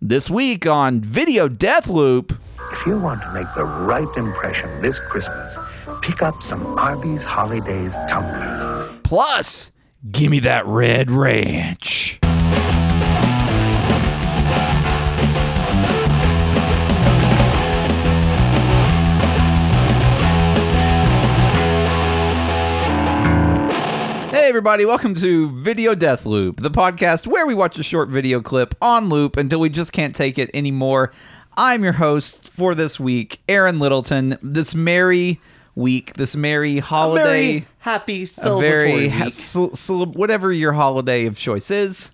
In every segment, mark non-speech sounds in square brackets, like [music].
This week on Video Death Loop. If you want to make the right impression this Christmas, pick up some Arby's Holidays tumblers. Plus, give me that red ranch. Hey everybody, welcome to Video Death Loop, the podcast where we watch a short video clip on loop until we just can't take it anymore. I'm your host for this week, Aaron Littleton. This merry week, this merry holiday very happy a celebratory very week. cel- cel- whatever your holiday of choice is.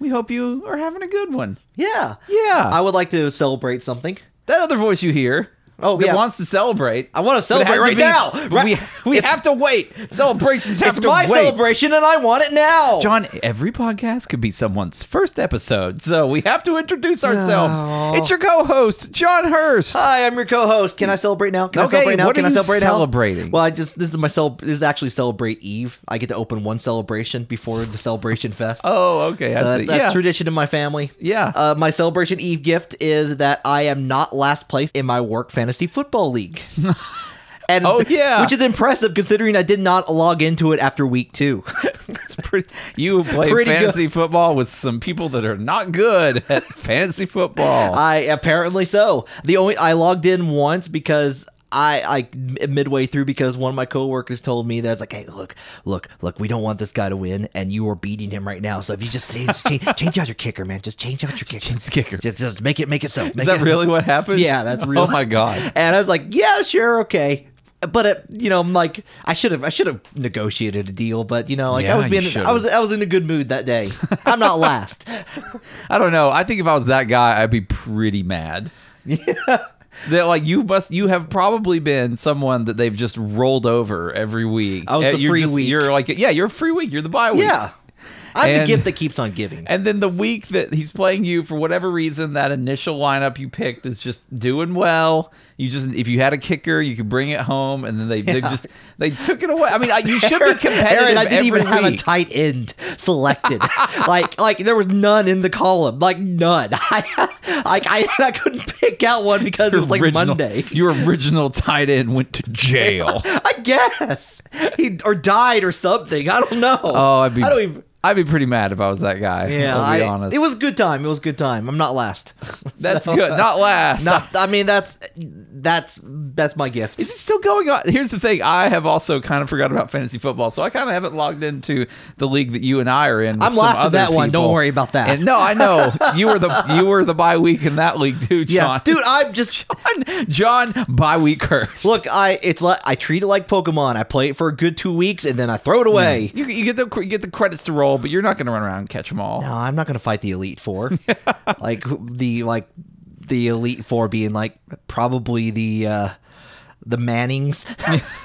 We hope you are having a good one. yeah. Yeah. I would like to celebrate something. That other voice you hear, Oh, that yeah. wants to celebrate. I want to but it has celebrate right now. be- Right- We we It's- have to wait. Celebrations have It's to my wait. celebration and I want it now. John, every podcast could be someone's first episode, so we have to introduce ourselves. No. It's your co-host, John Hurst. Hi, I'm your co-host. Can I celebrate now? Can Okay, I celebrate now? what Can are I you celebrate celebrating? now? Well, I just this is my cel- this is actually celebrate Eve. I get to open one celebration before the celebration fest. [laughs] oh, okay, So I see. that- that's yeah. tradition in my family. Yeah. Uh, my celebration Eve gift is that I am not last place in my work fantasy [laughs] football league. And Oh, yeah. which is impressive considering I did not log into it after [laughs] week two. It's pretty, you play Pretty good. fantasy football with some people that are not good at fantasy football. I apparently so. The only I logged in once because I I midway through because one of my coworkers told me that's like, hey, look, look, look, we don't want this guy to win, and you are beating him right now. So if you just change, change, change out your kicker, man, just change out your kicker, James Kicker. just, just make it make it so. Is that really what happened? [laughs] Yeah, that's [laughs] real. Oh my god. And I was like, yeah, sure, okay. But it, you know, I'm like, I should have, I should have negotiated a deal. But you know, like Yeah, I was you being, should've. I was, I was in a good mood that day. [laughs] I'm not last. I don't know. I think if I was that guy, I'd be pretty mad. [laughs] Yeah. They're like you must. You have probably been someone that they've just rolled over every week. I was Uh, the you're free week. You're like yeah, you're a free week. You're the bye week. yeah, I'm And- the gift that keeps on giving. And then the week that he's playing you for whatever reason, that initial lineup you picked is just doing well. You just if you had a kicker, you could bring it home, and then they they just they took it away. I mean, I- you should be competitive. Aaron, I didn't every even have a week. tight end selected. [laughs] like, like there was none in the column. Like none. [laughs] I, like I, I couldn't pick out one because it was like Monday. Your original tight end went to [laughs] jail. I guess he or died or something. I don't know. oh, I'd be. I don't even. I'd be pretty mad if I was that guy. Yeah, I'll be I- honest. it was a good time. It was a good time. I'm not last. [laughs] that's good. [laughs] Not last. Not. I mean, that's that's that's my gift. [laughs] Is it still going on? Here's the thing. I have also kind of forgot about fantasy football, so I kind of haven't logged into the league that you and I are in. with I'm some last in other that one. Don't people. worry about that. And no, I [laughs] know you were the you were the bye week in that league too, yeah, John. [laughs] dude. I'm just. John, John bye week curse. Look, I it's like I treat it like Pokemon. I play it for a good two weeks and then I throw it away. you, you get the you get the credits to roll, but you're not going to run around and catch them all. No, Uh, I'm not going to fight the Elite [laughs] Four. like who- the like the Elite Four being like probably the uh [laughs] the Mannings.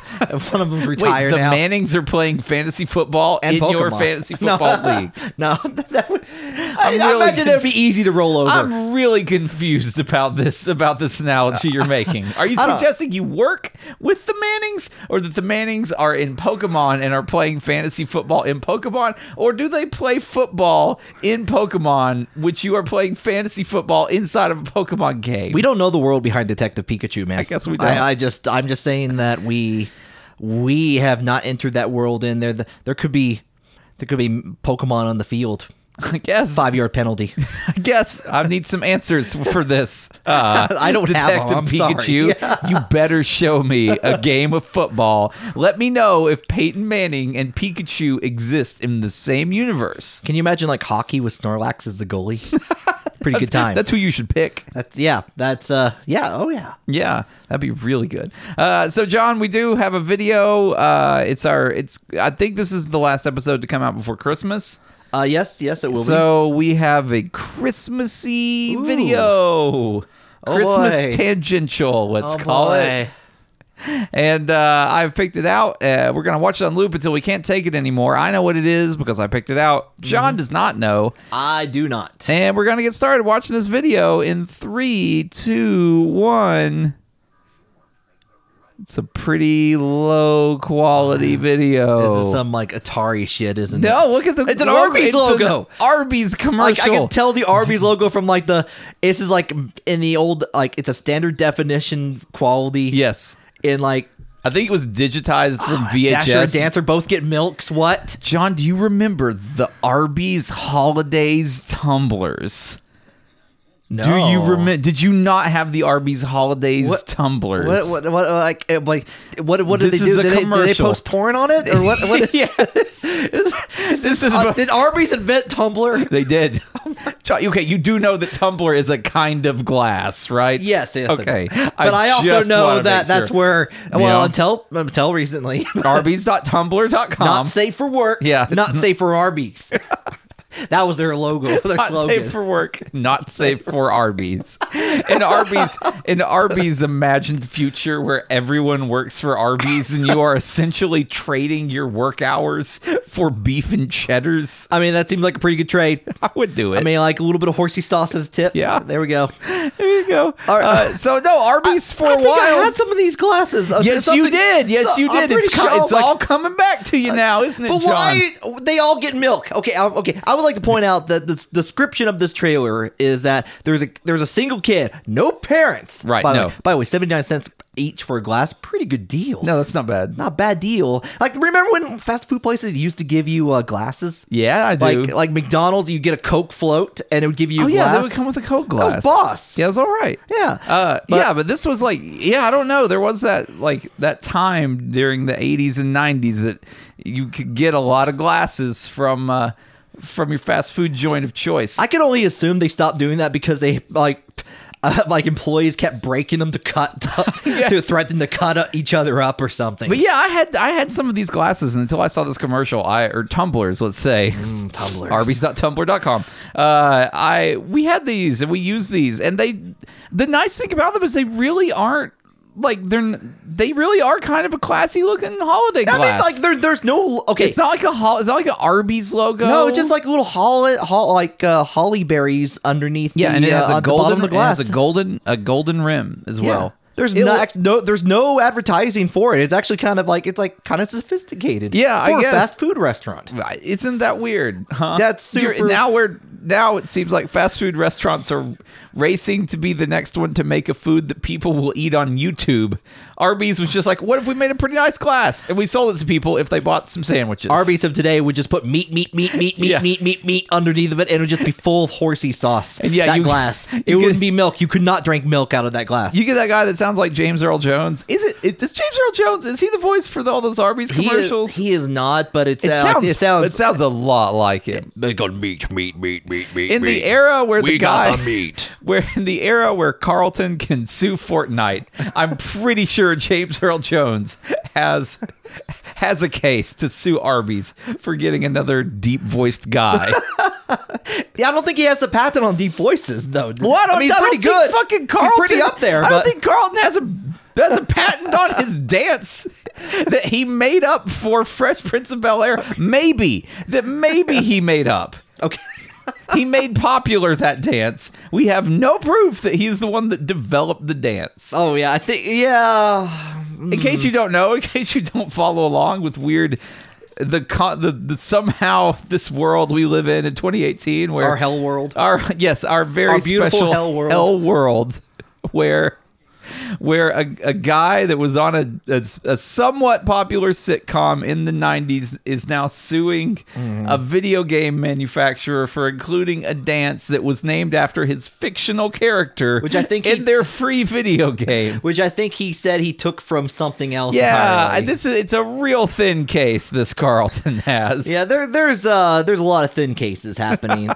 One of them's Wait, retired the now. Mannings are playing fantasy football and in your Pokemon. fantasy [laughs] No. football league. no, that would, I, I'm I really imagine that would be easy to roll over. I'm really confused about this about this analogy you're making. Are you I don't- suggesting you work with the Mannings, or that the Mannings are in Pokemon and are playing fantasy football in Pokemon, or do they play football in Pokemon, which you are playing fantasy football inside of a Pokemon game? we don't know the world behind Detective Pikachu, man. I guess we don't. I, just I'm just saying that we we have not entered that world in there. There could be there could be Pokemon on the field. [laughs] I guess. Five [laughs] yard penalty. I guess I need some answers for this. Uh, [laughs] I don't have Detective them, I'm sorry. Pikachu. [laughs] You better show me a game of football. Let me know if Peyton Manning and Pikachu exist in the same universe. Can you imagine like hockey with Snorlax as [laughs] the goalie? Pretty good time. That's who you should pick. That's yeah. That's uh yeah. Oh yeah. Yeah, that'd be really good. Uh, so, John, we do have a video. Uh, it's our. It's. I think this is the last episode to come out before Christmas. Uh yes yes it will So we have a Christmassy video. Oh, Christmas boy. tangential, let's Oh, call boy. it. And uh, I've picked it out. Uh, we're gonna watch it on loop until we can't take it anymore. I know what it is because I picked it Mm-hmm. out. John does not know, be. I do not. and we're gonna get started watching this video in three, two, one. It's a pretty low quality video. This is some like Atari shit, isn't it? Oh. no, look at the It's an logo. Arby's It's an logo. Arby's Like commercial. I can tell the [laughs] Arby's logo from like the this is like in the old like it's a standard definition quality. yes, In like I think it was digitized from [sighs] Dasher and VHS. Dancer both get milks. What? John, do you remember the Arby's holidays tumblers? No. Do you remember? Did you not have the Arby's holidays What- tumblers? What, what, what, like, eh, like, what, what did This they is do? a Did they, did they commercial. post porn on it, or what? What [laughs] is? Yes. is This this is is. Uh, bo- did Arby's invent Tumblr? They did. [laughs] John- okay, you do know that tumbler is a kind of glass, right? Yes, yes. Okay, but I, also just wanna know make that that's sure. where. Well, Yeah. until until recently, [laughs] Arby's.tumblr.com. not safe for work. Uh-huh. Yeah. not safe [laughs] for Arby's. that was their logo, their not slogan. safe for work, not safe for Arby's. In Arby's, in Arby's imagined future where everyone works for Arby's and you are essentially trading your work hours for beef and cheddars, I mean, that seems like a pretty good trade. I would do it. I mean, like a little bit of horsey sauce as a tip. Yeah. there we go. there you go. All right. Uh, so no, Arby's for I a think while. I had some of these glasses. Uh, yes, something- you did. Yes, so- you I'm did. pretty It's, co- sure, it's like- all coming back to you [laughs] now, isn't it, But John? why they all get milk? Okay, I, okay. I would like to point out that the s- description of this trailer is that there's a there's a single kid, no parents. Right, By no. the way, by the way, seventy nine cents each for a glass, pretty good deal. No, that's not bad. not a bad deal. Like remember when fast food places used to give you uh, glasses? Yeah, I do. Like like McDonald's, you get a Coke float, and it would give you. oh a yeah, glass. they would come with a Coke glass. boss. Yeah, it was all right. Yeah. Uh, But- yeah, but this was like, yeah, I don't know. There was that like that time during the '80s and '90s that you could get a lot of glasses from uh, from your fast food joint of choice. I can only assume they stopped doing that because they like [laughs] uh, like employees kept breaking them to cut [laughs] to Yes. threaten to cut up- each other up or something. but yeah, I had I had some of these glasses and until I saw this commercial, I or tumblers, let's say. Tumblr. Arby's.tumblr.com. Uh, I we had these and we used these, and they. The nice thing about them is they really aren't like they're n- they really are kind of a classy looking holiday I glass. mean, like there, there's no okay. it's not like a hol- it's not like an Arby's logo. no, it's just like little holly, hol- like uh, holly berries underneath. yeah, the, and it has uh, a at the bottom golden of the glass. It has a golden a golden rim as Yeah. well. There's It no, lo- act- no, there's no advertising for it. It's actually kind of like it's like kind of sophisticated. Yeah, I for guess. a fast food restaurant. Isn't that weird? Huh? That's You're- super- now we're now it seems like fast food restaurants are racing to be the next one to make a food that people will eat on YouTube. Arby's was just like, what if we made a pretty nice glass and we sold it to people if they bought some sandwiches? Arby's of today would just put meat, meat, meat, meat, meat, Yeah. meat, meat, meat underneath of it, and it would just be full of horsey sauce. And yeah, that you- glass. [laughs] you It wouldn't could- be milk. You could not drink milk out of that glass. You get that guy that sounds like James Earl Jones. Is it? it is James Earl Jones? Is he the voice for the, all those Arby's he, commercials? is, he is not, but it's, it uh, sounds. It sounds. It sounds a lot like him. They got meat, meat, meat, meat, meat. In the meat. era where we the guy got the meat. where in the era where Carlton can sue Fortnite, I'm pretty sure James Earl Jones has has a case to sue Arby's for getting another deep voiced [laughs] guy. yeah, I don't think he has a patent on deep voices though. What? I mean, he's pretty good. Fucking He's Carlton, pretty up there. I don't but- think Carlton has a has a patent on his dance that he made up for Fresh Prince of Bel Air. Maybe that maybe he made up. Okay. [laughs] He made popular that dance. We have no proof that he's the one that developed the dance. Oh yeah, I think yeah. In case you don't know, in [laughs] case you don't follow along with weird the con- the, the somehow this world we live in in 2018 where Our hell world. our yes our very Our beautiful special hell world. hell world where where a, a guy that was on a, a, a somewhat popular sitcom in the 90s is now suing Mm-hmm. a video game manufacturer for including a dance that was named after his fictional character Which I think in he- their free video game [laughs] Which I think he said he took from something else. yeah, entirely. this is it's a real thin case this Carlton [laughs] has. Yeah, there, there's uh, there's a lot of thin [laughs] cases happening,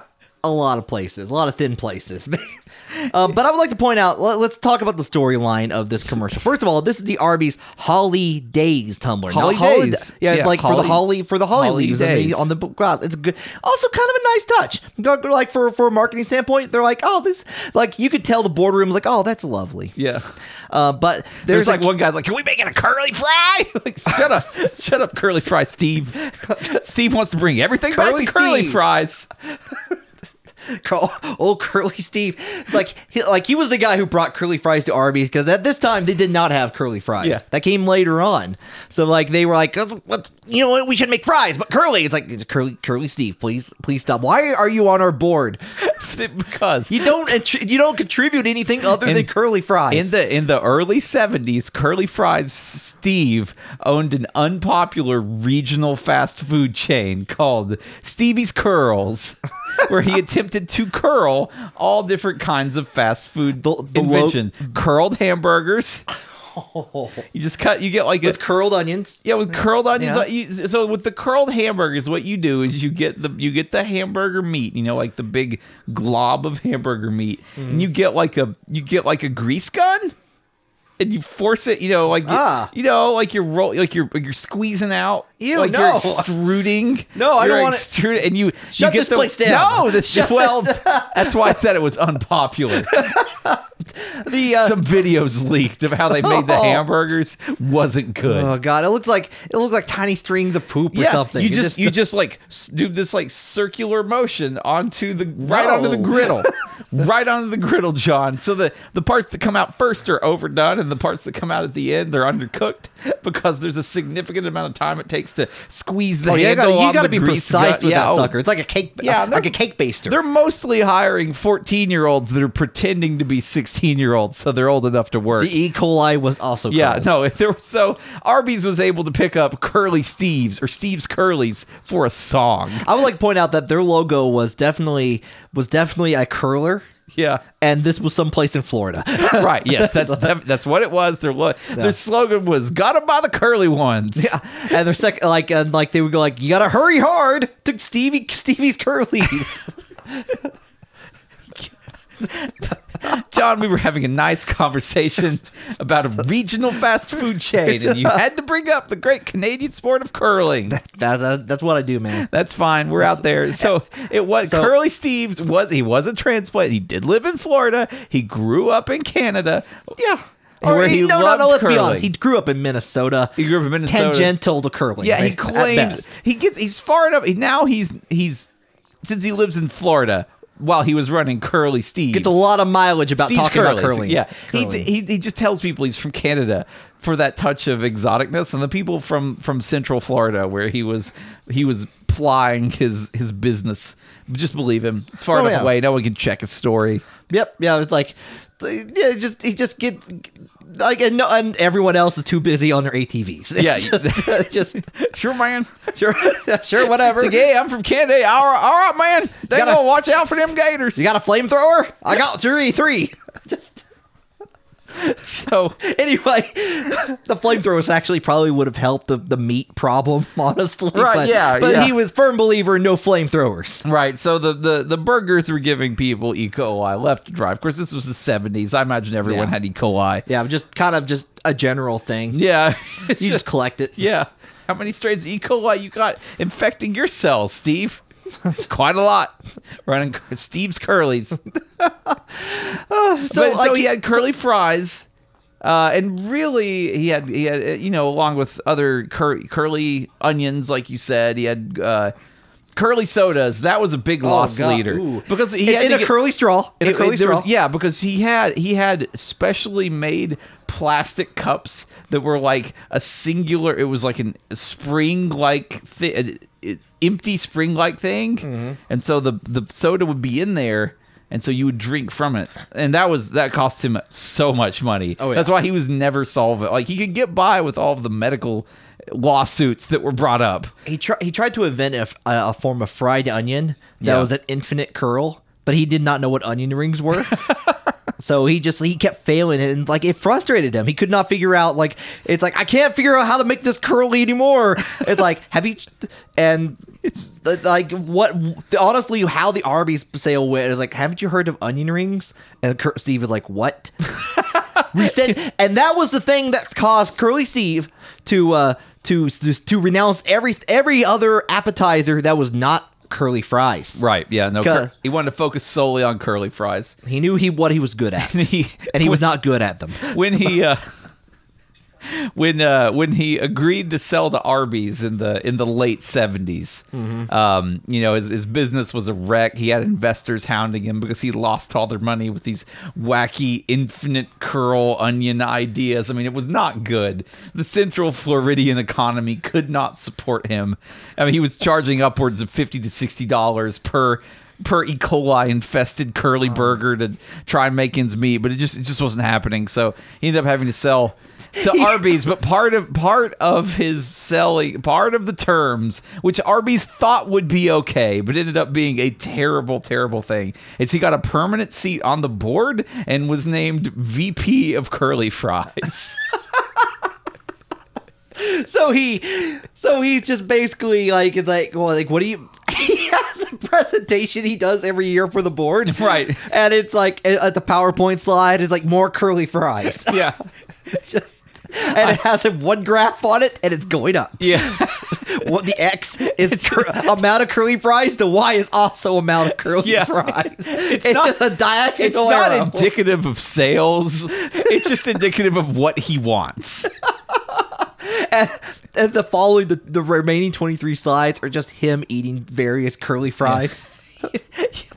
a lot of places, a lot of thin places. [laughs] uh, but I would like to point out. Let, us talk about the storyline of this commercial. First of all, this is the Arby's Holly Days tumbler. Now, Holly holly- Days. yeah, Yeah, like for the holly- holly for the holly, holly leaves on the, days. on the b- grass. It's good. Also, kind of a nice touch. Go- Like for for a marketing standpoint, they're like, oh, this like you could tell the boardroom was like, oh, that's lovely. Yeah. Uh, but there's, There's, like a- one guy's like, "Can we make it a curly fry?" [laughs] like, shut up, shut up, curly fry, Steve. Steve wants to bring everything back Curly [laughs] to curly Steve. fries. Carl, old Curly Steve. It's like he, like he was the guy who brought curly fries to Arby's because at this time they did not have curly fries. Yeah. That came later on. So like they were like, "Oh, what, you know what? We should make fries, but curly. It's like it's curly, curly Steve. Please, please stop. Why are you on our board? because You don't attri- you don't contribute anything other In- than curly fries. in the in the early 70s curly fries steve owned an unpopular regional fast food chain called stevie's curls [laughs] where [laughs] he attempted to curl all different kinds of fast food The- the lo- invention curled hamburgers you just cut you get like a with curled onions. yeah, with curled onions. Yeah. like, you- So with the curled hamburgers, what you do is you get the you get the hamburger meat, you know, like the big glob of hamburger meat, and you Mm. get like a you get like a grease gun, and you force it, you know, like you- Ah. you, know, like you're roll, like you're like you're squeezing out, Ew, like you're no. extruding. [laughs] No, I don't You're wanna- extruding, and you you Shut get this the, place down. No, this Shut [laughs] well, this- that's why I said it was unpopular. The uh, Some videos leaked of how they made [laughs] the Oh. hamburgers wasn't good. oh god, it looks like it looked like tiny strings of poop or something. You It just, you just like s- do this like circular motion onto the right No. onto the [laughs] griddle, right onto the griddle, John. So the the parts that come out first are overdone, and the parts that come out at the end they're undercooked [laughs] because there's a significant amount of time it takes to squeeze the Oh, yeah, you handle. gotta, on you gotta the be grease precise gun. with Yeah, that oh, sucker. It's like a cake, [laughs] Yeah, yeah, they're- like a cake baster. They're mostly hiring 14 year olds that are pretending to be 16 year olds, so they're old enough to work. The E. coli was also Yeah, cold. no, [laughs] if there was so Arby's was able to pick up Curly Steve's or Steve's Curly's for a song. [laughs] I would like to point out that their logo was definitely was definitely a curler, Yeah. and this was someplace in Florida. [laughs] Right. Yes, that's def- that's what it was. Their lo- their slogan was "Got 'em by the curly ones." Yeah. and their second, like, and like they would go like, "You gotta hurry hard to Stevie Stevie's curlies." [laughs] [laughs] John, we were having a nice conversation about a regional fast food chain, and you had to bring up the great Canadian sport of curling. that, that, that's what I do, man. That's fine. We're out there. So it was So- Curly Steve's was he was a transplant. He did live in Florida. He grew up in Canada. Yeah. Where Or he no, loved no, no. Let's be curling. honest. He grew up in Minnesota. He grew up in Minnesota. Tangential to curling. Yeah, he at claimed best. he gets he's far enough now he's he's since he lives in Florida while he was running Curly Steve gets a lot of mileage about Steve's talking about Curly's. curling. Yeah, curling. He, he he just tells people he's from Canada for that touch of exoticness, and the people from from Central Florida where he was he was plying his his business. Just believe him. It's far Oh, enough yeah. away. No one can check his story. Yep. Yeah. It's like, yeah. it Just he just get like and, no, and everyone else is too busy on their ATVs. [laughs] It's Yeah. Just, [laughs] just Sure, [laughs] man. sure, sure, whatever. It's like, hey, I'm from Canada. All right, all right man. They Gotta- gonna watch out for them gators. You got a flamethrower? I got three, three. [laughs] Just [laughs] so anyway, [laughs] the flamethrowers actually probably would have helped the, the meat problem, [laughs] honestly. Right, But, yeah, But yeah. he was firm believer in no flamethrowers. Right, so the, the, the burgers were giving people E. coli left to drive. Of course, this was the 70s. I imagine everyone Yeah. had E. coli. Yeah, just kind of just a general thing. Yeah. [laughs] You just collect it. Yeah. How many strains of E. coli you got infecting your cells, Steve? It's quite a lot. [laughs] Running cur- Steve's curlies. So, so, but, so Uh, like, he had curly fries, uh, and really he had he had uh, you know along with other cur- curly onions, like you said, he had uh, curly sodas. That was a big loss Oh, God, leader ooh. Oh, because he in, had in to a get- curly straw. In It- a it- curly there straw. was- yeah, because he had he had specially made plastic cups that were like a singular. It was like an, a spring like thi- uh, uh, empty spring like thing, Mm-hmm. and so the the soda would be in there. And so you would drink from it, and that was that cost him so much money. Oh, yeah. That's why he was never solvent. Like he could get by with all of the medical lawsuits that were brought up. he tried he tried to invent a, a form of fried onion that Yeah. was an infinite curl, but he did not know what onion rings were. so he just he kept failing it and like it frustrated him. He could not figure out like it's like I can't figure out how to make this curly anymore. It's like have you and it's like what honestly how the Arby's sale went is like haven't you heard of onion rings? And Cur- Steve is like what? We said, [laughs] and that was the thing that caused Curly Steve to uh, to to renounce every every other appetizer that was not curly fries. Right? Yeah. No. cur- he wanted to focus solely on curly [laughs] fries. He knew he what he was good at, He and he was not good at them. when he uh when uh, when he agreed to sell to Arby's in the in the late 70s. Um, you know, his, his business was a wreck. He had investors hounding him because he lost all their money with these wacky infinite curl onion ideas. I mean, it was not good. The Central Floridian economy could not support him. I mean, he was charging upwards of 50 to 60 dollars per per E. coli infested curly burger to try and make ends meet, but it just it just wasn't happening. So he ended up having to sell to Arby's. But part of part of his selling, part of the terms, which Arby's thought would be okay, but ended up being a terrible, terrible thing, is he got a permanent seat on the board and was named VP of Curly Fries. [laughs] So he, so he's just basically like, it's like, well, like, what do you? [laughs] He has a presentation he does every year for the [laughs] board, Right. And it's like uh, at the PowerPoint slide is like more curly fries, [laughs] yeah. It's just, and it has a one graph on it, and it's going up. Yeah. What the X is cur- amount of curly fries. The Y is also amount of curly Yeah. fries. [laughs] It's, not- just a diagonal. It's not arrow. indicative of sales. It's just indicative of what he wants. and the following the, the remaining 23 slides are just him eating various curly fries [laughs]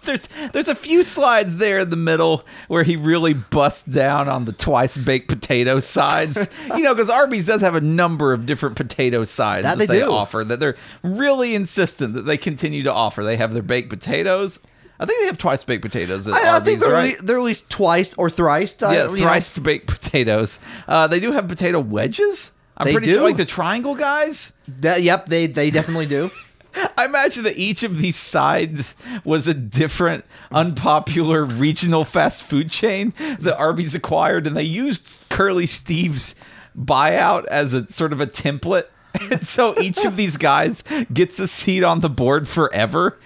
there's there's a few slides there in the middle where he really busts down on the twice baked potato [laughs] sides. you know, because Arby's does have a number of different potato sides That that, they they, do. offer that they're really insistent that they continue to offer. They have their baked potatoes. I think they have twice baked potatoes at I, I Arby's, think they're, right? at le- they're at least twice or thrice I- yeah, you know. thrice baked potatoes. Uh, they do have potato wedges. I'm They pretty do. sure, like the triangle guys. That- yep they they definitely [laughs] do I imagine that each of these sides was a different unpopular regional fast food chain that Arby's acquired, and they used Curly Steve's buyout as a sort of a template. [laughs] And so each of these guys gets a seat on the board forever.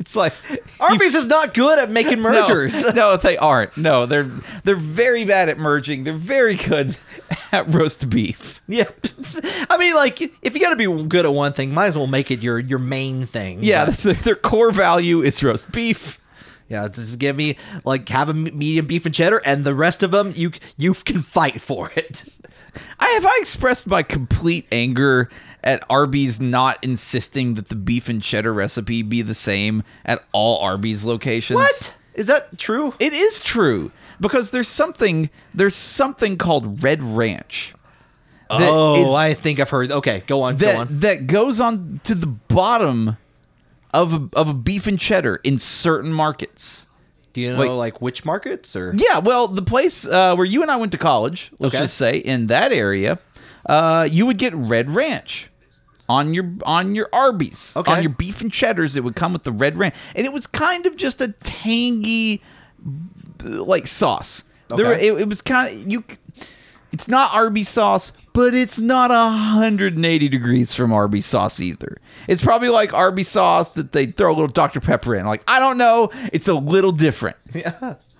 It's like arby's is not good at [laughs] making no, mergers [laughs] No, they aren't. No, they're they're very bad at merging. They're very good [laughs] at roast beef. yeah [laughs] i mean like if you gotta be good at one thing might as well make it your your main thing Yeah, But- that's their, their core value is roast beef. yeah just give me like have a m- medium beef and cheddar and the rest of them you you can fight for it I have I expressed my complete anger at Arby's not insisting that the beef and cheddar recipe be the same at all Arby's locations. what is that true It is true because there's something there's something called Red Ranch. that oh is- i think i've heard okay go on go that on that goes on to the bottom of a, of a beef and cheddar in certain markets. Do you know Wait. like which markets or? Yeah, well, the place uh, where you and I went to college, let's Okay. just say in that area, uh, you would get Red Ranch on your on your Arby's, Okay. on your beef and cheddars. It would come with the Red Ranch, and it was kind of just a tangy b- like sauce. There, were- Okay. it, it was kind of you. c- It's not Arby's sauce, but it's not 180 degrees from Arby's sauce either. It's probably like Arby's sauce that they throw a little Dr Pepper in. Like I don't know, it's a little different.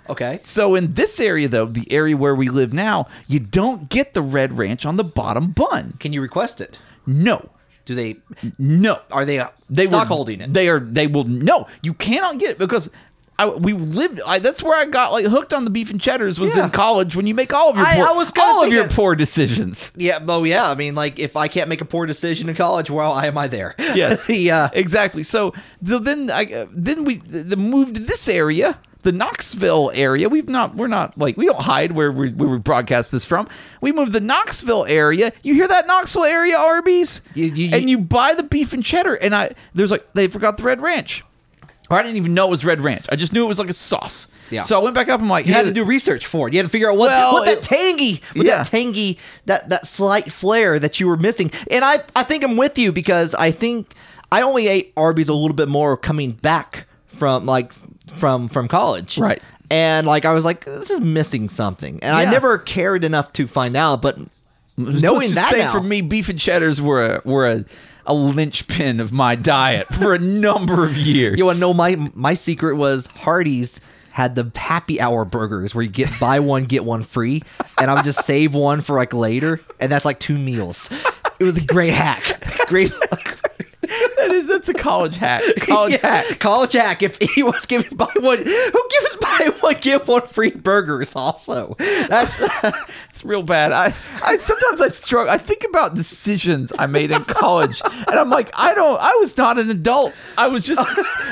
Okay. So in this area though, the area where we live now, you don't get the red ranch on the bottom bun. Can you request it? No. Do they? No. Are they? Uh, They will- stock holding it? They are they will no, you cannot get it because I, we lived. I, that's where I got like hooked on the beef and cheddars. Was Yeah. in college when you make all of your I- poor, I was kinda all of your thinking- poor decisions. yeah. Well, yeah. I mean, like, if I can't make a poor decision in college, well, why am I there? [laughs] [laughs] Yes, the uh, exactly. So, so then I uh, then we the, the moved to this area, the Knoxville area. We've not we're not like we don't hide where we where we broadcast this from. We moved to the Knoxville area. You hear that Knoxville area Arby's? You- you- you- and you buy the beef and cheddar, and I there's like they forgot the red ranch. Or I didn't even know it was red ranch. I just knew it was like a sauce. Yeah. So I went back up. I'm like, you had hey, to do research for it. You had to figure out what Well, what that it- tangy, what Yeah. that tangy, that that slight flair that you were missing. And I I think I'm with you because I think I only ate Arby's a little bit more coming back from like from from college. Right. And like I was like, this is missing something, and I Yeah. never cared enough to find out. But knowing Let's just that say now, for me, beef and cheddars were a, were a, a linchpin of my diet for a [laughs] number of years. You want to know my my secret was Hardee's had the happy hour burgers where you get buy one get one free, and I would just save one for like [laughs] later, and that's like two meals. It was a great hack. Great. that is a it's a college hack. College [laughs] yeah, hack. college hack. If he was giving buy one, who gives buy one get one free burgers? Also, that's [laughs] It's real bad. I, I sometimes I struggle. I think about decisions I made in college, and I'm like, I don't. I was not an adult. I was just,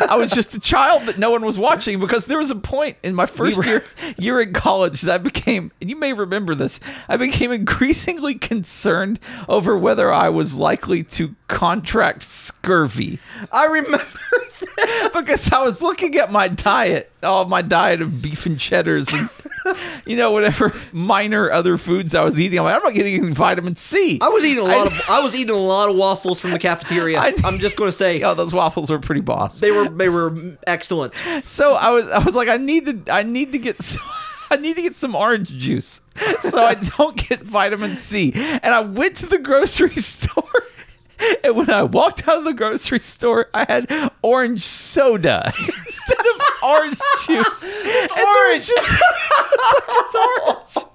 I was just a child that no one was watching because there was a point in my first year year in college that I became. And you may remember this. I became increasingly concerned over whether I was likely to contract scurvy I remember. [laughs] because I was looking at my diet, all my diet of beef and cheddars [laughs] and you know whatever minor other foods I was eating. I'm like, I'm not getting any vitamin C. I was eating a lot [laughs] of I was eating a lot of waffles from the cafeteria. I- I'm just going to [laughs] [laughs] say oh, those waffles were pretty boss. they were they were excellent. So I was, I was like, I need to, I need to get. [laughs] Some- I need to get some orange juice so I don't get vitamin C. And I went to the grocery [laughs] store. And when I walked out of the grocery store, I had orange soda [laughs] instead of orange juice. It's orange. [laughs] it's orange. Oh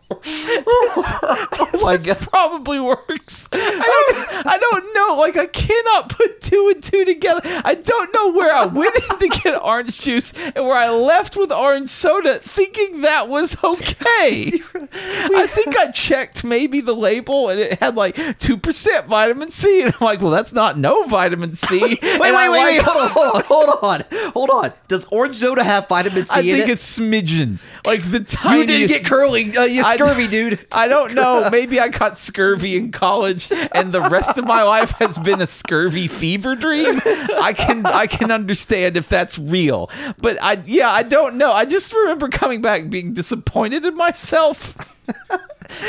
my god. [laughs] It probably works. I don't, I don't know. Like, I cannot put two and two together. I don't know where I went in to [laughs] get orange juice and where I left with orange soda thinking that was [laughs] okay. I think I checked maybe the label and it had like 2% vitamin C. And I'm like, well, that's not no vitamin C. wait, [laughs] Wait, wait, wait, [laughs] wait, hold on, hold on, hold on, hold on. Does orange soda have vitamin C I in think it? it's smidgen. Like the you tiniest. didn't get curly, uh, you I- scurvy [laughs] dude. [laughs] I don't know. Maybe I got scurvy in college, and the rest of my life has been a scurvy fever dream. I can I can understand if that's real, but I yeah I don't know. I just remember coming back being disappointed in myself,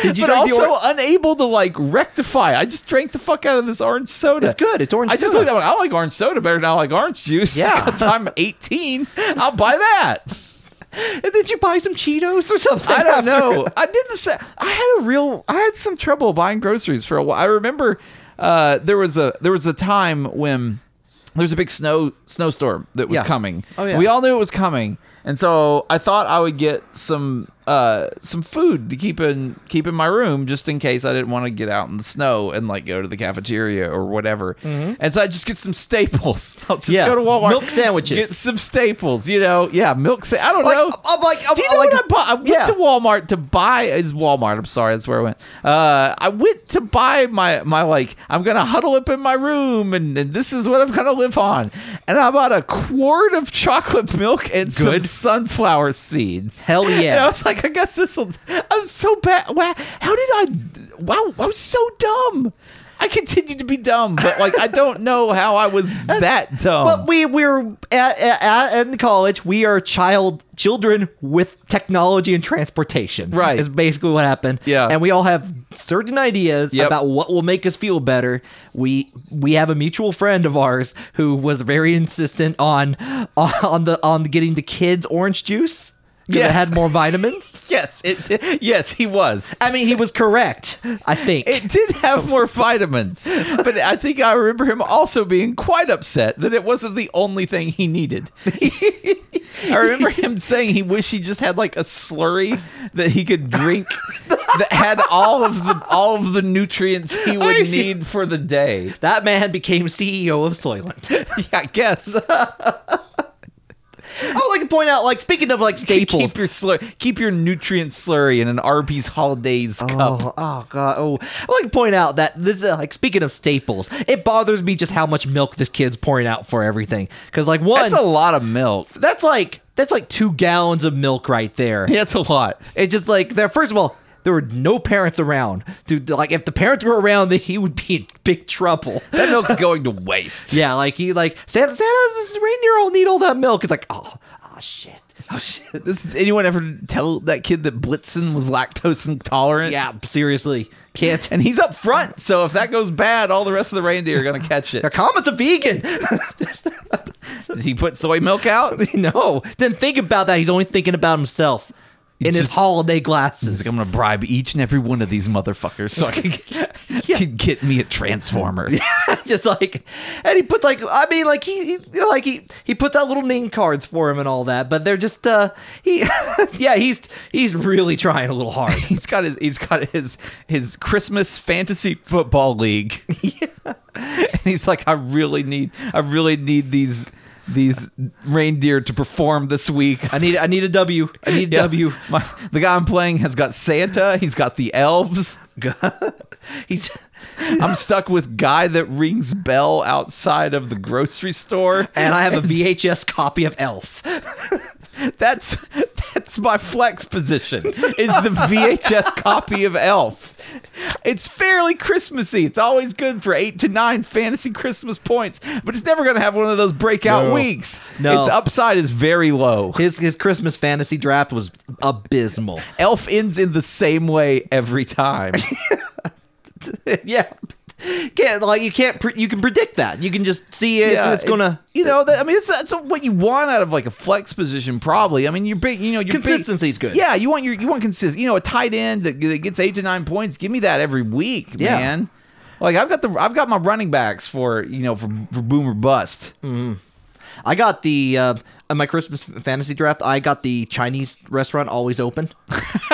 Did you but drink the also orange- unable to like rectify. I just drank the fuck out of this orange soda. It's good. It's orange I just soda. looked at it, I like orange soda better than I like orange juice. [laughs] Yeah. because I'm 18. I'll buy that. And did you buy some Cheetos or [laughs] something? I don't [laughs] after? know. I did the sa- I had a real. I had some trouble buying groceries for a while. I remember uh, there was a there was a time when there was a big snow snowstorm that was Yeah. coming. Oh, yeah. We all knew it was coming, and so I thought I would get some uh, some food to keep in keep in my room just in case I didn't want to get out in the snow and like go to the cafeteria or whatever. And so I just get some staples. [laughs] I'll just Mm-hmm. Yeah. go to Walmart, Milk sandwiches. get some staples. You know, yeah, milk. Sa- I don't Like, know. I'm like, I'm Do you know like, what I bought? I went yeah. to Walmart to buy is Walmart. I'm sorry, that's where I went. Uh, I went to buy my my like I'm gonna huddle up in my room and, and this is what I'm gonna live on. And I bought a quart of chocolate milk and some Good. sunflower seeds. Hell yeah. And I was like, I guess this will. I'm so bad. Wow, how did I? Wow, I was so dumb. I continue to be dumb, but like I don't know how I was [laughs] that dumb. But we we're at, at, at in college. We are child children with technology and transportation. Right. is basically what happened. Yeah. and we all have certain ideas Yep. about what will make us feel better. We we have a mutual friend of ours who was very insistent on [laughs] on the on getting the kids orange juice. 'cause Yes. it had more vitamins. yes, it. Yes, he was. I mean, he was correct. I think. It did [laughs] have more vitamins, but I think I remember him also being quite upset that it wasn't the only thing he [laughs] needed. I remember him saying he wished he just had like a slurry that he could [laughs] drink that had all of the all of the nutrients he would need for the day. that man became CEO of Soylent. [laughs] Yeah, I guess. I would like to point out, like speaking of like [laughs] staples, Keep your slur- keep your nutrient slurry in an Arby's Holidays cup. Oh, oh god. Oh, I would like to point out that this is like speaking of staples. It bothers me just how much milk this kid's pouring out for everything. Because like one, That's a lot of milk. that's like that's like two gallons of milk right there. That's a lot. It's just like there. First of all, there were no parents around. Dude, like if the parents were around, then he would be in [laughs] big trouble. That milk's going to waste. yeah, like he like Santa, Santa, this reindeer will need all that milk. It's like oh, oh shit, oh [laughs] shit. Does anyone ever tell that kid that Blitzen was lactose intolerant? Yeah, seriously, can't. And he's up front, so if that goes bad, all the rest of the reindeer are gonna catch it. [laughs] Their comments a vegan. [laughs] Does he put soy milk out? [laughs] He's No. Then think about that. He's only thinking about himself in his just- holiday glasses. like, I'm gonna bribe each and every one of these motherfuckers so I [laughs] can, can get me a [laughs] transformer. [laughs] just like, and he puts like, I mean, like he, he like he he puts out little name cards for him and all that. But they're just, uh, he, [laughs] yeah, he's he's really trying a little hard. [laughs] He's got his he's got his his Christmas fantasy football league. and he's like, I really need, I really need these these reindeer to perform this week. I need I need a W. I need a [laughs] Yeah. W. My, the guy I'm playing has got Santa. He's got the elves. [laughs] He's I'm stuck with guy that rings bell outside of the grocery store. and I have a VHS copy of Elf. That's that's my flex position. Is the [laughs] VHS copy of Elf. It's fairly Christmassy. It's always good for eight to nine fantasy Christmas points, but it's never going to have one of those breakout No. weeks. No. Its upside is very low. His his Christmas fantasy draft was [laughs] abysmal. Elf ends in the same way every [laughs] time. yeah. Can't like you can't pre- you can predict that. You can just see it. Yeah, it's gonna you know. That, I mean, it's, that's what you want out of like a flex position, probably. I mean, you're big. You know, your big- Consistency's good. Yeah, you want your you want consist. You know, a tight end that, that gets eight to nine points. Give me that every week, Yeah. man. Like I've got the I've got my running backs for you know for, for boom or bust. Mm. [laughs] I got the uh, in my Christmas fantasy draft. I got the Chinese restaurant always [laughs] open.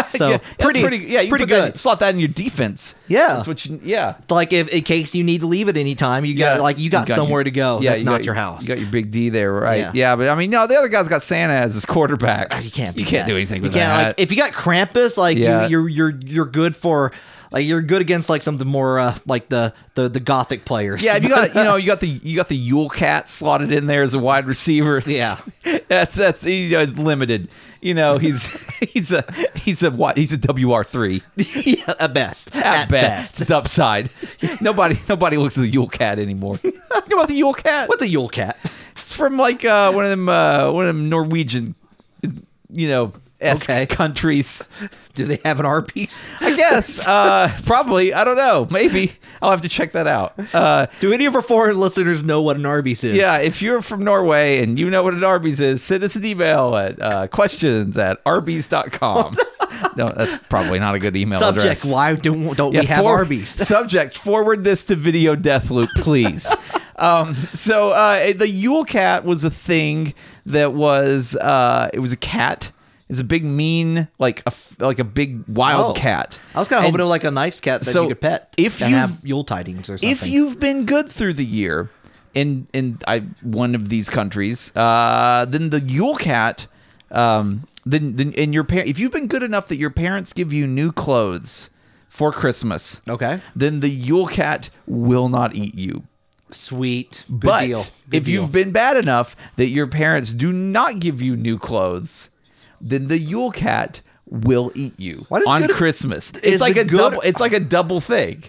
So yeah, that's pretty, yeah, you pretty put that in- good. slot that in your defense. Yeah. that's what you yeah. Like if in case you need to leave at any time, you got like you got, somewhere your- to go. Yeah, that's you not got- your house. You got your big D there, right? Yeah. Yeah. but I mean, no, the other guy's got Santa as his quarterback. you can't. You beat can't that. do anything You with can't, that. Like, if you got Krampus, like Yeah. you, you're you're you're good for like you're good against like something more uh, like the the the gothic players. Yeah, if you got you know you got the you got the Yule Cat slotted in there as a wide receiver. Yeah. [laughs] that's that's you know, it's limited. You know he's [laughs] he's a he's a what he's a WR three [laughs] yeah, at best. at, best. It's upside. [laughs] nobody nobody looks at the Yule Cat [laughs] anymore. you know about the Yule Cat? What the Yule Cat? [laughs] It's from like uh, one of them uh, one of them Norwegian, you know, esque Okay. countries. Do they have an art piece? I guess uh, probably I don't know. Maybe I'll have to check that out. Uh, Do any of our foreign listeners know what an Arby's is? Yeah, if you're from Norway and you know what an Arby's is, send us an email at uh, questions at [laughs] arby's.com. no, that's probably not a good email Subject: address. Why don't don't Yeah, we have for- Arby's? [laughs] subject: Forward this to Video Death Loop, please. um, so uh, the Yule Cat was a thing that was uh, it was a cat. It's a big mean like a f- like a big wild [laughs] Oh. cat. I was kind of And- hoping it was like a nice cat that so you could pet if and you've- have Yule tidings or something. if you've been good through the year in in I, one of these countries, uh, then the Yule Cat, um, then then in your par- if you've been good enough that your parents give you new clothes for Christmas, Okay. then the Yule Cat will not eat you. sweet, good but deal. Good if deal. you've been bad enough that your parents do not give you new clothes, then the Yule Cat will eat you does on good- Christmas. is It's like the a good- double. It's like a double thing.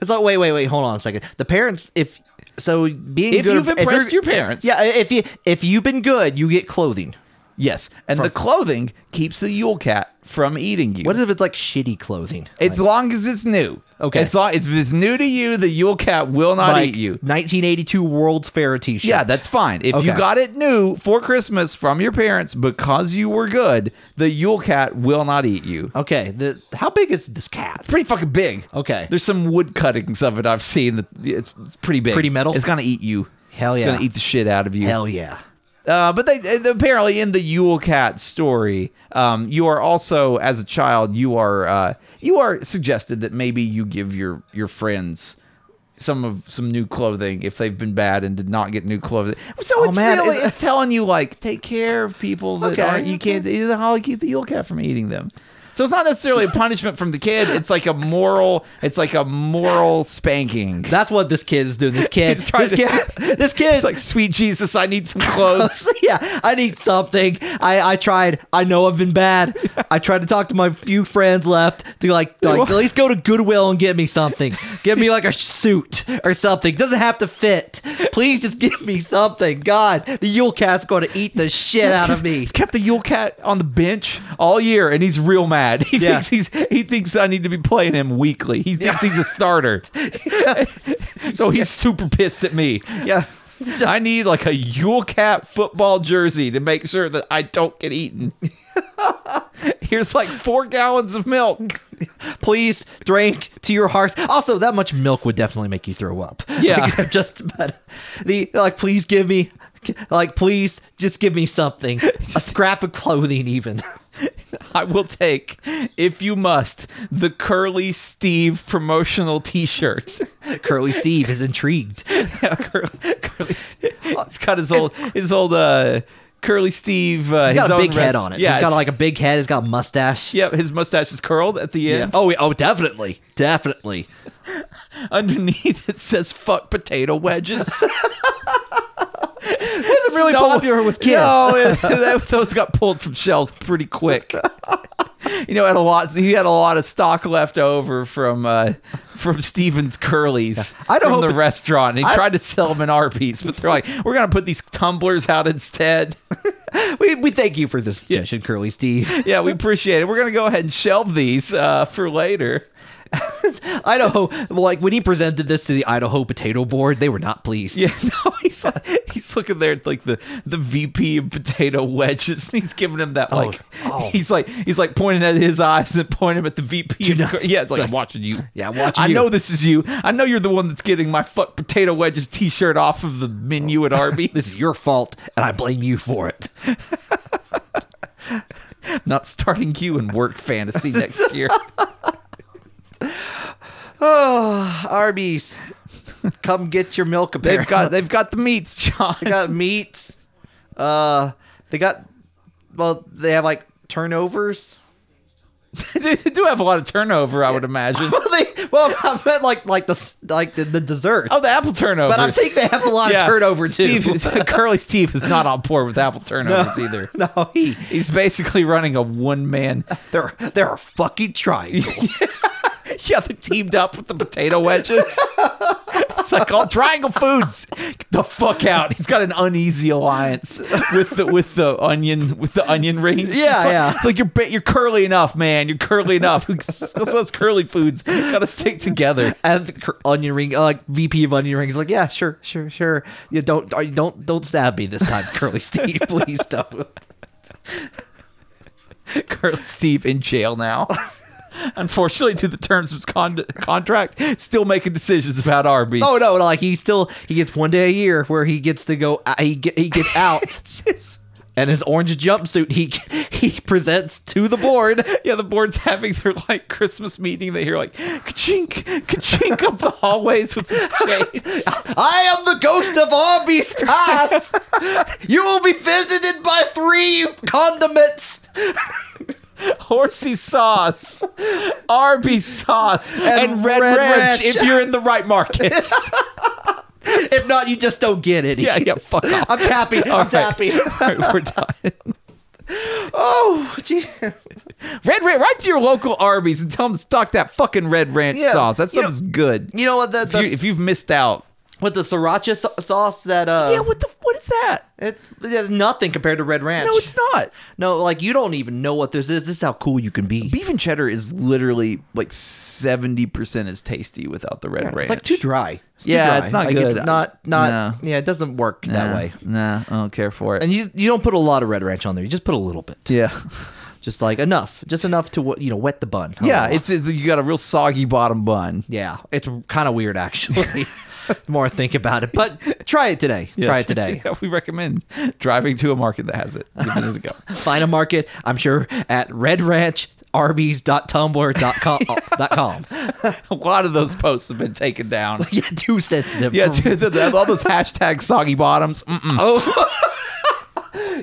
It's like wait, wait, wait. Hold on a second. The parents, if so, being If good, you've you're- impressed your parents. yeah. If you if you've been good, you get clothing. Yes, and the clothing keeps the Yule Cat from eating you. What if it's like shitty clothing? as like, long as it's new. Okay. As long if it's new to you, the Yule Cat will not eat you. 1982 World's Fair T-shirt. Yeah, that's fine. If you Okay. got it new for Christmas from your parents because you were good, the Yule Cat will not eat you. okay. The how big is this cat? Pretty fucking big. Okay. There's some wood cuttings of it I've seen. That it's, it's pretty big. Pretty metal? It's gonna eat you. Hell It's yeah. gonna eat the shit out of you. Hell yeah. Uh, but they, they- apparently in the Yule Cat story, um, you are also as a child you are uh, you are suggested that maybe you give your your friends some of some new clothing if they've been bad and did not get new clothing. So it's Oh, man, really it's- it's telling you like take care of people that Okay, aren't, you can't you know, how to keep the Yule Cat from eating them. So it's not necessarily a punishment from the kid. It's like a moral. It's like a moral spanking. That's what this kid is doing. This kid. [laughs] He's trying this to- [laughs] kid. This kid. It's like sweet Jesus, I need some [laughs] clothes. yeah, I need something. I, I tried. I know I've been bad. I tried to talk to my few friends left to like, like at least go to Goodwill and get me something. Give me like a suit or something. Doesn't have to fit. Please just give me something. God, the Yule Cat's going to eat the shit out of me. They've kept the Yule Cat on the bench all year, and he's real mad. He Yeah. thinks he's he thinks I need to be playing him weekly. He thinks he's a [laughs] starter, so he's super pissed at me. Yeah. I need like a Yule Cat football jersey to make sure that I don't get [laughs] eaten. Here's like four gallons of milk. Please drink to your heart's. Also, that much milk would definitely make you throw up. Yeah. Like, [laughs] just about the like. Please give me, like, please just give me something. A scrap of clothing, even. I will take, if you must, the curly Steve promotional T-shirt. Curly Steve is intrigued. [laughs] Yeah, Curly, Curly S- Uh, he's got his old his old uh, Curly Steve. Uh, He's his got a own big head rest- on it. Yeah, he's got it's- like a big head. He's got a mustache. yeah, his mustache is curled at the end. Oh, yeah. oh, definitely, definitely. Underneath it says "fuck potato [laughs] wedges." It's really popular with kids. No, it- that- those got pulled from shelves pretty [laughs] quick. You know, had a lot. He had a lot of stock left over from uh, from Stevens Curly's I from don't hope the it- restaurant. He I- tried to sell them in Arby's, but they're like, "We're gonna put these tumblers out instead." [laughs] We, we thank you for the suggestion, Curly Steve. yeah, we appreciate it. We're gonna go ahead and shelve these uh, for later. Idaho, like when he presented this to the Idaho Potato Board, they were not pleased. Yeah, [laughs] no, he's he's looking there at like the the VP of potato wedges, [laughs] and he's giving him that like oh. he's like he's like pointing at his eyes and pointing at the VP. Of, not- cur- yeah, it's like I'm watching you. Yeah, I'm watching I you. know this is you. I know you're the one that's getting my fuck potato wedges T-shirt off of the menu at [laughs] Arby's. Oh. This is your fault, and I blame you for it. not starting you in work fantasy next [laughs] year. Oh, Arby's, come get your milk. they've got they've got the meats, John. they got meats. Uh, they got well, they have like turnovers. [laughs] they do have a lot of turnover, I would [laughs] imagine. Well, they well, I meant like like the like the, the dessert. Oh, the apple turnover. but I think they have [laughs] a lot of turnover too. Steve, [laughs] Curly Steve is not on board with [laughs] apple turnovers either. [laughs] no, he He's basically running a one man. they're they're a fucking triangle. [laughs] Yeah, they teamed up with the potato wedges. [laughs] it's like all triangle foods. Get the fuck out. He's got an uneasy alliance with the with the onion with the onion rings. Yeah, it's like, yeah. It's like you're ba- you're curly enough, man. You're curly enough. [laughs] Those those curly foods gotta stick together. and the cur- onion ring, uh, like VP of onion rings, like yeah, sure, sure, sure. You don't, uh, don't, don't stab me this time, [laughs] Curly Steve. Please don't. Curly Steve in jail now. [laughs] Unfortunately, due to the terms of his con- contract, still making decisions about Arby's. Oh no, no, like he still he gets one day a year where he gets to go. Uh, he get, he gets [laughs] out, It's just- and his orange jumpsuit he [laughs] he presents to the board. yeah, the board's having their like Christmas meeting. They hear like ka-chink, ka-chink up the hallways with the [laughs] chains. I am the ghost of Arby's past. you will be visited by three condiments. horsey sauce, Arby's sauce, and, red, Red ranch, Ranch. if you're in the right [laughs] markets. [laughs] If not, you just don't get any. yeah, yeah, fuck off. I'm tapping. [laughs] I'm All right. tapping. All right, we're done. Oh, gee. Red Ranch, right to your local Arby's and tell them to stock that fucking Red Ranch Yeah, sauce. That you know- stuff's good. You know what? That, if, you, that's, if you've missed out. with the sriracha th- sauce that uh yeah, what the what is that? it, it's nothing compared to red ranch No, it's not. no like you don't even know what this is this is how cool you can be Beef and cheddar is literally like seventy percent as tasty without the red ranch. it's like too dry It's too Yeah, dry. it's not Like, good. it's not not No. yeah it doesn't work Nah, that way Nah, I don't care for it. and you you don't put a lot of red ranch on there you just put a little bit [laughs] yeah, just like enough just enough to wet- you know wet the bun yeah. Oh. It's, it's you got a real soggy bottom bun. yeah it's kind of [laughs] weird actually the more i think about it but try it today try [laughs] it today Yeah, we recommend driving to a market that has it. Give it a go. find a market i'm sure at red ranch [laughs] arby's.tumblr.com dot com. [laughs] A lot of those posts have been taken down. yeah, too sensitive. [laughs] Yeah, for- dude, the- the- all those hashtag soggy bottoms. Mm-mm. [laughs]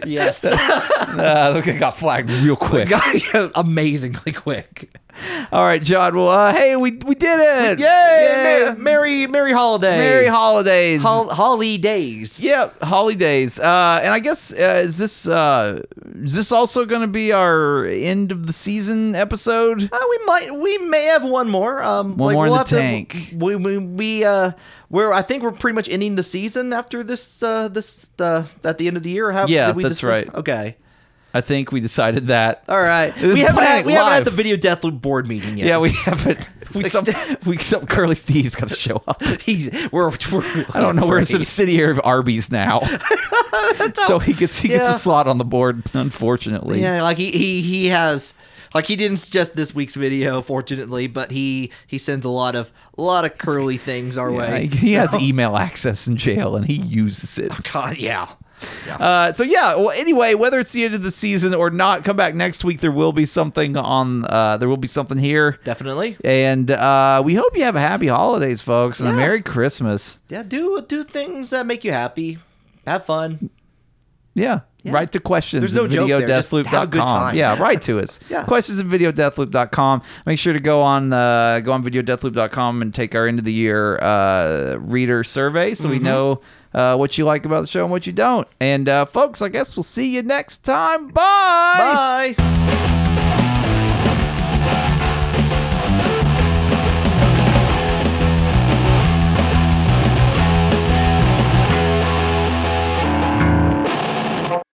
yes, [laughs] Uh, look, it got flagged real quick. amazingly quick. [laughs] All right, John. Well, uh, hey, we we did it. Yay! Mer- Merry Merry Holiday. Merry holidays. Hol- holidays. Yeah, holidays. Uh, and I guess uh, is this uh, is this also going to be our end of the season episode? Uh, we might we may have one more. Um, One more in the have to- tank. we we, we uh we're I think we're pretty much ending the season after this uh this uh at the end of the year. Have, Yeah, did we that's decide- right. Okay. I think we decided that. All right. This is we haven't Planet had, we haven't Live. had the video death loop board meeting yet. Yeah, we [laughs] haven't. We some, we some Curly Steve's got to show [laughs] up. [laughs] He's, we're, we're I don't know. We're a subsidiary of Arby's now, [laughs] so he gets he gets Yeah. a slot on the board. Unfortunately, [laughs] Yeah, like he he he has like he didn't suggest this week's video, fortunately, but he he sends a lot of a lot of curly things our Yeah, way. he, he has email access in jail, and he uses it. God, yeah. Uh, so yeah. Well, anyway, whether it's the end of the season or not, come back next week. There will be something on. Uh, there will be something here. Definitely. And uh, we hope you have a happy holidays, folks, and a Merry Christmas. Yeah, do do things that make you happy. Have fun. Yeah. Write to questions There's no at joke there, just have a good videodeathloop.com. time. Yeah, write to us. [laughs] Yeah. Questions at videodeathloop.com. Make sure to go on uh, go on videodeathloop.com and take our end of the year uh, reader survey so we Mm-hmm. know uh, what you like about the show and what you don't. And uh, folks, I guess we'll see you next time. Bye. Bye.